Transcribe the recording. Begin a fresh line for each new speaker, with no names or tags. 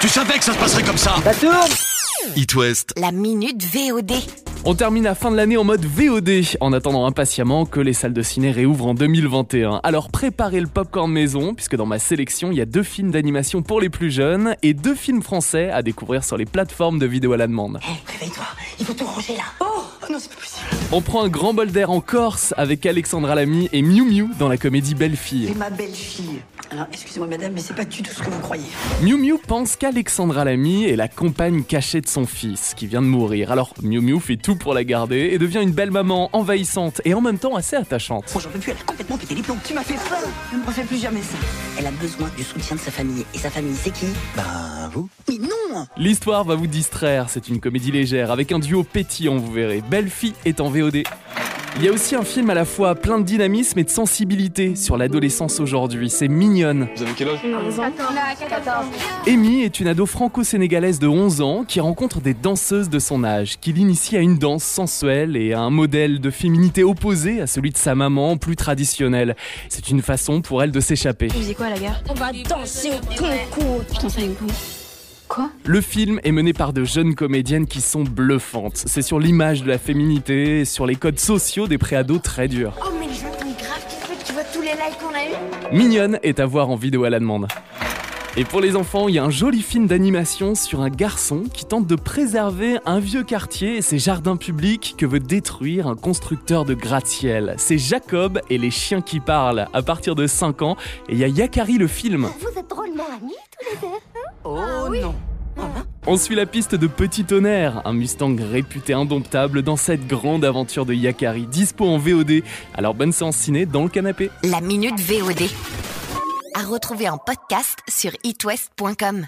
Tu savais que ça se passerait comme ça
Ça tourne
It West.
La minute VOD.
On termine la fin de l'année en mode VOD, en attendant impatiemment que les salles de ciné réouvrent en 2021. Alors préparez le popcorn maison, puisque dans ma sélection, il y a deux films d'animation pour les plus jeunes et deux films français à découvrir sur les plateformes de vidéo à la demande.
Réveille-toi, il faut tout ranger là. Oh, non, c'est pas possible.
On prend un grand bol d'air en Corse avec Alexandra Lamy et Miu Miu dans la comédie Belle Fille.
Et ma belle-fille. Alors, excusez-moi, madame, mais c'est pas du tout ce que vous croyez.
Miu Miu pense qu'Alexandra Lamy est la compagne cachée de son fils qui vient de mourir. Alors Miu Miu fait tout pour la garder et devient une belle maman envahissante et en même temps assez attachante.
Oh, j'en peux plus, elle a complètement pété les plombs. Tu m'as fait peur. Ne me refais plus jamais ça. Elle a besoin du soutien de sa famille. Et sa famille, c'est qui Ben, vous. Mais non
L'histoire va vous distraire, c'est une comédie légère avec un duo pétillant, vous verrez. Belle Fille est en VOD. Il y a aussi un film à la fois plein de dynamisme et de sensibilité sur l'adolescence aujourd'hui. C'est mignonne.
Vous avez quel âge
Amy est une ado franco-sénégalaise de 11 ans qui rencontre des danseuses de son âge, qui l'initie à une danse sensuelle et à un modèle de féminité opposé à celui de sa maman plus traditionnelle. C'est une façon pour elle de s'échapper.
On va danser au concours. Putain, ça une con.
Le film est mené par de jeunes comédiennes qui sont bluffantes. C'est sur l'image de la féminité, et sur les codes sociaux des préados très durs.
Oh, mais je t'en grave kiffé, tu vois tous les likes qu'on a eu
Mignonne est à voir en vidéo à la demande. Et pour les enfants, il y a un joli film d'animation sur un garçon qui tente de préserver un vieux quartier et ses jardins publics que veut détruire un constructeur de gratte-ciel. C'est Jacob et les chiens qui parlent, à partir de 5 ans, et il y a Yakari le film.
Vous êtes drôlement amis
Oh, non.
On suit la piste de Petit Tonnerre, un Mustang réputé indomptable dans cette grande aventure de Yakari, dispo en VOD. Alors bonne séance ciné dans le canapé.
La minute VOD. À retrouver en podcast sur itwest.com.